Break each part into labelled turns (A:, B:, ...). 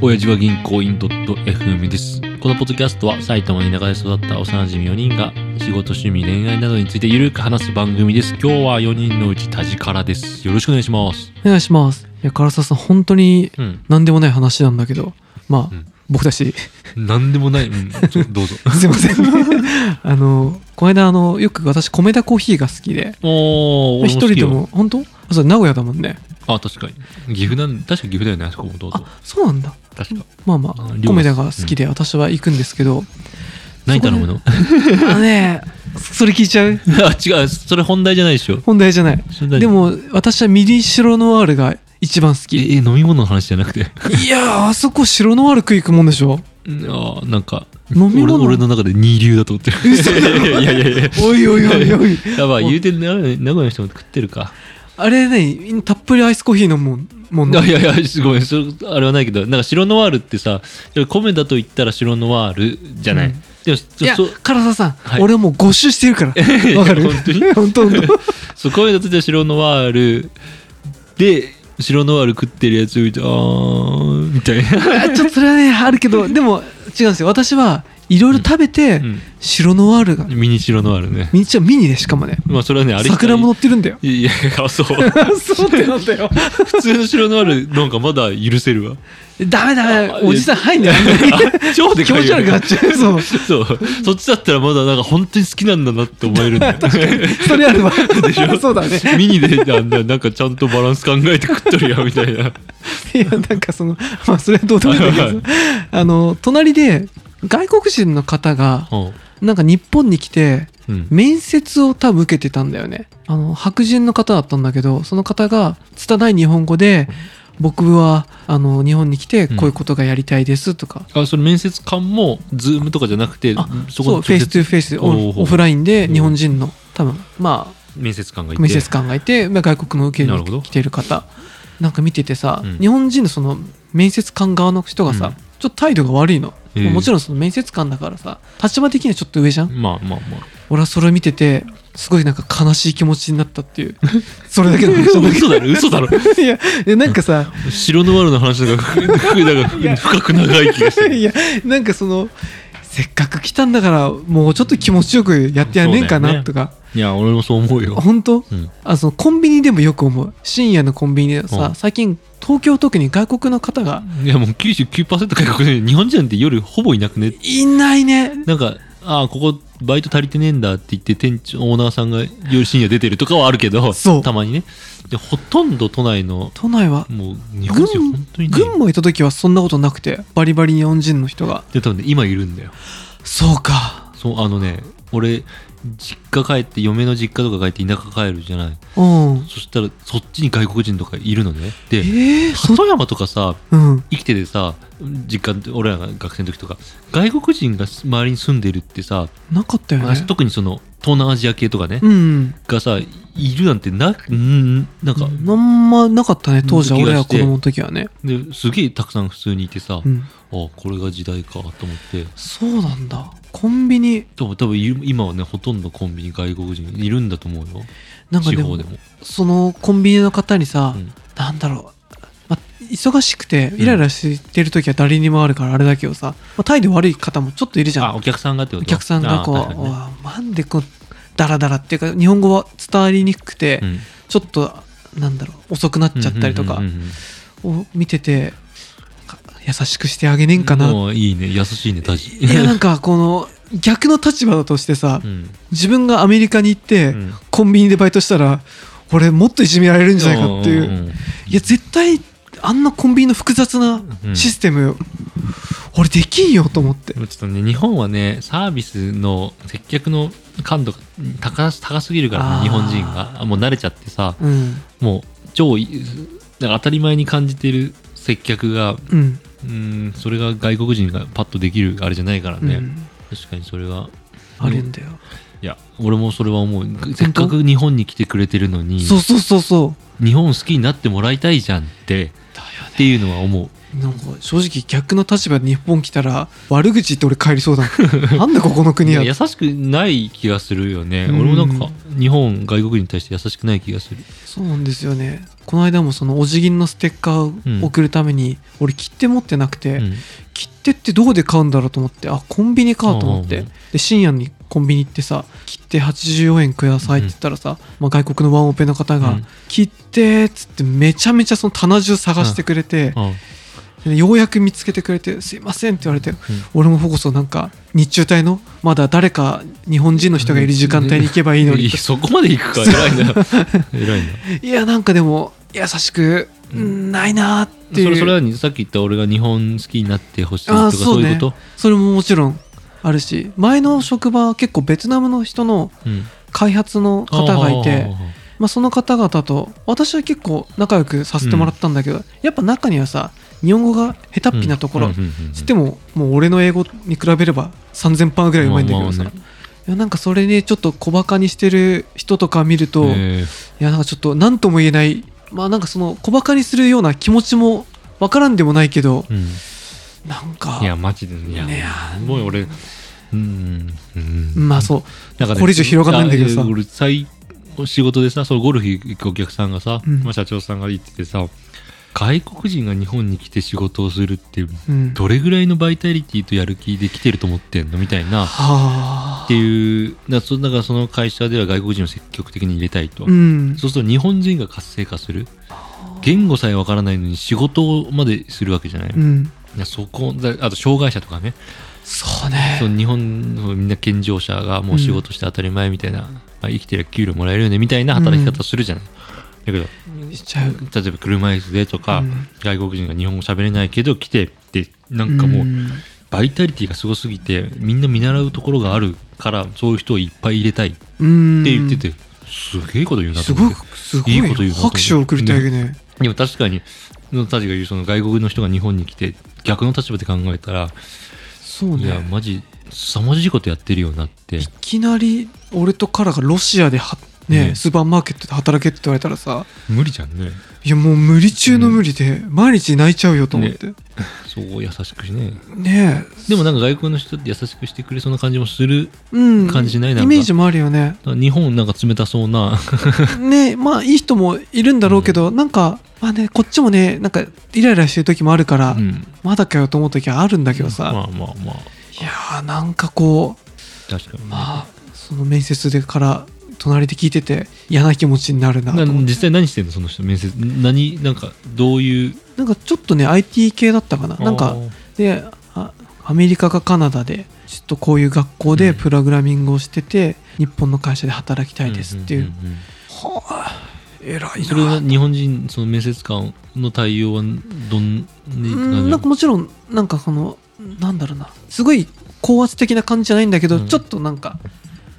A: 親父は銀行員 .fm です。このポッドキャストは埼玉の田舎で育った幼馴染4人が仕事、趣味、恋愛などについてゆるく話す番組です。今日は4人のうち田地からです。よろしくお願いします。
B: お願いしますいや唐沢さん本当に
A: うん。
B: 何でもない話なんだけどまあ、
A: うん
B: 僕たち
A: なんでもない。 うん、ちょどうぞ。
B: すいません あのこの間あのよく私米田コーヒーが好きで
A: おー、
B: 一人で。も本当あそう名古屋だもんね
A: あ、確かに。岐阜なん、確か岐阜だよね、あそこもどうぞ。
B: あそうなんだ
A: 確か。
B: まあま
A: あ
B: あ
A: 量が
B: 米田が好きで私は行くんですけど、
A: 何頼むの
B: あのねそれ聞いちゃう
A: あ、違う。それ本題じゃないでしょ。
B: 本題じゃない
A: それ何
B: で、も私はミリシロノワールが一番好
A: え、
B: き
A: え飲み物の話じゃなくて。
B: いやーあそこ白ノワール食い行くもんでしょ
A: うんあーなんか
B: 飲み物
A: 俺俺の中で二流だと思ってる いやいやいやいや
B: おいおいおいおい
A: やばい言うてんな名古屋の人も食ってるか
B: あれねたっぷりアイスコーヒー飲むもん
A: い
B: ね
A: やいやごめんそれあれはないけどなんか白ノワールってさ米だと言ったら白ノワールじゃない、
B: うん
A: でも
B: いや
A: そそ、
B: 唐沢さん、
A: はい
B: 俺はもう5周してる から。
A: や
B: わかる
A: 本当に
B: 本当本 当
A: そう米だと言ったら白ノワールで白ノワール食ってるやつ見てあーみたいな、
B: あちょっとそれはね、あるけど、でも違うんですよ。私はいろいろ食べて、
A: う
B: 白ノワールが、
A: ん、ミニ白ノワールね
B: ミニチュアミニでしかもね、
A: まあそれはねあれ。
B: 桜も乗ってるんだよ
A: いやいやそう
B: そうってなんだよ。
A: 普通の白ノワールなんかまだ許せるわ
B: ダメダメ、おじさん入んだよ。
A: 超で
B: 気
A: か
B: 持
A: い
B: ち
A: よ
B: 悪くなっ
A: ね
B: ちゃう。そう。
A: そうそっちだったらまだなんか本当に好きなんだなって思えるんだ よ
B: それあれば。
A: でしょ
B: そうだね。
A: ミニでなんだなんかちゃんとバランス考えて食っとるやみたい な
B: いや、なんかその、まあ、それはどうでもいいんだけどさ、あの、隣で、外国人の方が、なんか日本に来て、
A: うん
B: 面接を多分受けてたんだよねあの白人の方だったんだけどその方が拙い日本語で「僕はあの日本に来てこういうことがやりたいです」とか、
A: あその面接官もズームとかじゃなくて
B: あ
A: そ
B: そう
A: こ
B: フェイストゥフェイスオン
A: おー
B: オフラインで
A: うん
B: 日本人の多分まあ
A: 面接官がいて
B: 面接官がいて、まあ、外国の受け
A: なるほど
B: に来てる方なんか見ててさ、
A: うん
B: 日本人のその面接官側の人がさ、
A: うん
B: ちょっと態度が悪いの、
A: へー
B: もちろんその面接官だからさ立場的にはちょっと上じゃん
A: まあまあまあ
B: 俺はそれを見ててすごいなんか悲しい気持ちになったっていう それだけの話なんだけ
A: 嘘だろ嘘だろ
B: どいやいやなんかさ
A: 白ノワールの話なんかなんか深く長い気がして
B: いやなんかそのせっかく来たんだからもうちょっと気持ちよくやってやんねえか
A: そうだよ
B: な
A: ね
B: とか、
A: いや俺もそう思うよ
B: 本当
A: うん
B: あそのコンビニでもよく思う深夜のコンビニでさ、
A: うん
B: 最近東京特に外国の方が
A: いやもう99%外国人日本人なんて夜ほぼいなくね
B: いないね
A: なんか、ああ、ここバイト足りてねえんだって言って、店長、オーナーさんが夜深夜出てるとかはあるけど、
B: そう
A: たまにね。で、ほとんど都内の、
B: 都内は
A: もう、日本人
B: 群
A: 本当にね、
B: 群馬行った時はそんなことなくてバリバリ日本人の人が
A: で、多分ね、今いるんだよ。
B: そうか
A: そう、あのね、俺、実家帰って、嫁の実家とか帰って田舎帰るじゃない。
B: うん
A: そしたら、そっちに外国人とかいるのね。
B: え
A: で、
B: ー、そ
A: 鳩山とかさ、
B: うん
A: 生きててさ、実家、俺らが学生の時とか、外国人が周りに住んでるってさ、
B: なかったよね
A: 特にその、東南アジア系とかね、
B: うん
A: がさいるなんてなうんなんか、
B: あんまなかったね当時は
A: 気が
B: 俺ら
A: して
B: 子供の時はね、
A: ですげえたくさん普通にいてさ、
B: う
A: あ
B: ん、
A: これが時代かと思って
B: そうなんだコンビニ
A: でも多分いる今はねほとんどコンビニ外国人いるんだと思うよ
B: なんか
A: 地
B: で
A: 方
B: も
A: でも
B: そのコンビニの方にさ、
A: うん
B: なんだろう、まあ、忙しくてイライラしてる時は誰にもあるからあれだけどさ、まあ、態度悪い方もちょっといるじゃ
A: あ
B: ん
A: お客さんがってこ
B: お
A: と
B: 客さんがこう、
A: あー確かにね
B: わあなんでこうダラダラっていうか日本語は伝わりにくくて、
A: うん
B: ちょっとなんだろう遅くなっちゃったりとか
A: うんうんうんうん
B: を見ててなんか優しくしてあげねんかな
A: もういいね優しいねタ ジ
B: いやなんかこの逆の立場だとしてさ、
A: うん
B: 自分がアメリカに行って、
A: うん
B: コンビニでバイトしたら俺もっといじめられるんじゃないかってい
A: ん
B: う,、
A: んん
B: いや絶対あんなコンビニの複雑なシステム、俺できんよと思って
A: でもちょっとね日本はねサービスの接客の感度が高す高すぎるから
B: あ
A: ね
B: ー
A: 日本人があもう慣れちゃってさ、
B: うん
A: もう超いなんか当たり前に感じてる接客がう
B: うん、
A: ーんそれが外国人がパッとできるあれじゃないから
B: うん
A: ね、確かにそれは
B: あるんだよ、
A: いや俺もそれは思うせっかく日本に来てくれてるのに
B: そうそうそうそう
A: 日本好きになってもらいたいじゃんって
B: だよ
A: っていうのは思う
B: なんか正直逆の立場で日本来たら悪口言って俺帰りそうだななんでここの国
A: い
B: は
A: や優しくない気がするよね、
B: うん
A: 俺もなんか日本外国に対して優しくない気がする
B: そうなんですよねこの間もそのお辞儀のステッカーを送るために、俺切手持ってなくて、
A: うん
B: 切手ってどこで買うんだろうと思ってあコンビニかと思っ
A: うん
B: て
A: うん
B: で深夜にコンビニ行ってさ切手84円くださいって言ったらさ、まあ、外国のワンオペの方が、
A: うん
B: 切手っつってめちゃめちゃその棚中探してくれて、
A: あ
B: でようやく見つけてくれて「すいません」って言われて、俺もこそなんか日中帯のまだ誰か日本人の人がいる時間帯に行けばいいのに
A: いやそこまで行くか偉いな偉 いない
B: やなんかでも優しく
A: う
B: ないなーって
A: そ
B: いう
A: れそれはにさっき言った俺が日本好きになってほしいと
B: あ
A: か
B: ー
A: そう,、いうこと、
B: それももちろんあるし前の職場は結構ベトナムの人の
A: うん、
B: 開発の方がいてまあ、その方々と私は結構仲良くさせてもらったんだけど、やっぱ中にはさ日本語が下手っぴなところ、つって
A: も
B: ももう俺の英語に比べれば3000パーぐらいうまいんだけど
A: まあ
B: さ、
A: まあね
B: いやなんかそれねちょっと小バカにしてる人とか見ると、いやなんかちょっと何とも言えないまあなんかその小バカにするような気持ちもわからんでもないけどなんか
A: いやマジでいや
B: ね
A: もう俺うん、うん、
B: まあそう
A: なんかね
B: これ以上広がらないんだけどさ
A: あ俺最仕事でさそのゴルフ行くお客さんがさ、
B: うん
A: まあ、社長さんが言っててさ外国人が日本に来て仕事をするって
B: うん
A: どれぐらいのバイタリティとやる気で来てると思ってんのみたいな
B: はあ
A: っていうだからそだからその会社では外国人を積極的に入れたいと、
B: うん
A: そうすると日本人が活性化する言語さえわからないのに仕事までするわけじゃない、
B: う
A: い
B: ん
A: やそこだあと障害者とかね
B: そうね
A: その日本のみんな健常者がもう仕事して当たり前みたいな、まあ、生きてる給料もらえるよねみたいな働き方するじゃない、だ
B: しちゃう
A: けど例えば車椅子でとか、
B: うん
A: 外国人が日本語喋れないけど来てってなんかもう、
B: うん
A: バイタリティがすごすぎてみんな見習うところがあるからそういう人をいっぱい入れたいって
B: うん
A: 言ってて、すげえこと言うなと
B: す
A: 思
B: ご
A: っ
B: い
A: て
B: すごい
A: いいこと言うなと思って
B: 拍手を送りたいよね
A: でも確かにのたちが言うその外国の人が日本に来て逆の立場で考えたら、
B: そう
A: いや
B: ね
A: マジ凄まじいことやってるよなって
B: いきなり俺とカラがロシアではね
A: ね
B: スーパーマーケットで働けって言われたらさ
A: 無理じゃんね
B: いやもう無理中の無理で毎日泣いちゃうよと思って
A: そう優しくしね
B: ねえ
A: でもなんか外国の人って優しくしてくれそうな感じもする
B: うん
A: 感じしないなん
B: イ
A: か
B: メージもある よね
A: だから日本なんか冷たそうな
B: ねまあいい人もいるんだろうけど、なんかまあねこっちもねなんかイライラしてる時もあるから、
A: うん
B: まだかよと思う時はあるんだけどさ、
A: まあまあまあ
B: いやーなんかこう
A: 確かにね、
B: まあその面接でから隣で聞いてて嫌な気持ちになるなと
A: な
B: 思って
A: 実際何してんのその人面接何なんかどういう
B: なんかちょっとね IT 系だったかななん
A: あ
B: か
A: ー
B: であアメリカかカナダでちょっとこういう学校
A: う
B: で
A: ん
B: プログラミングをしてて、日本の会社で働きたいですっていう,、
A: んんんん
B: はあ偉い
A: それは
B: な
A: 日本人その面接官の対応はどんな
B: うんなんかもちろんなんかこのなんだろうなすごい高圧的な感じじゃないんだけど、
A: うん
B: ちょっとなんか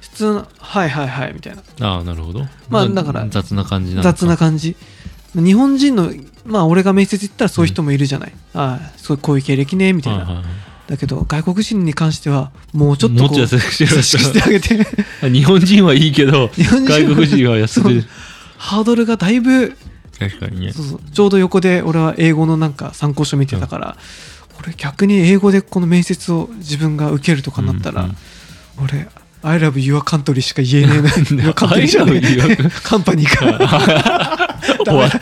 B: 普通の「はいはいはい」みたいな
A: ああなるほど
B: まあ
A: な
B: だから
A: 雑な感じなのか
B: 雑な感じ日本人のまあ俺が面接行ったらそういう人もいるじゃない、ああそうこういう経歴ねみたい
A: は
B: な、
A: いはいはい
B: だけど外国人に関してはもうちょっと
A: もっ
B: ことう
A: 優しくしろよ
B: 優しくしてあげ て
A: 日本人はいいけど
B: 日本人は
A: 外国人は安く
B: ハードルがだいぶ
A: 確かにね
B: そうそうちょうど横で俺は英語のなんか参考書見てたから、俺逆に英語でこの面接を自分が受けるとかになったら、
A: うんうん
B: 俺「I love your country」しか言えねえな
A: で
B: Your country じゃね
A: I love your
B: え カンパニー から
A: 終わった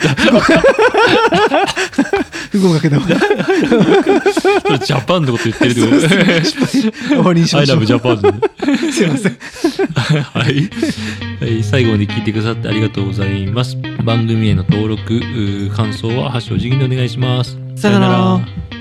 B: 不合格だわ
A: それジャパンのこと言ってるっ てこと
B: 終わりにし
A: I
B: ましょ
A: love
B: う
A: Japan
B: すいません
A: はい、はい、最後まで聞いてくださってありがとうございます番組への登録うー感想は「ハッシュお辞儀」でお願いします
B: さよなら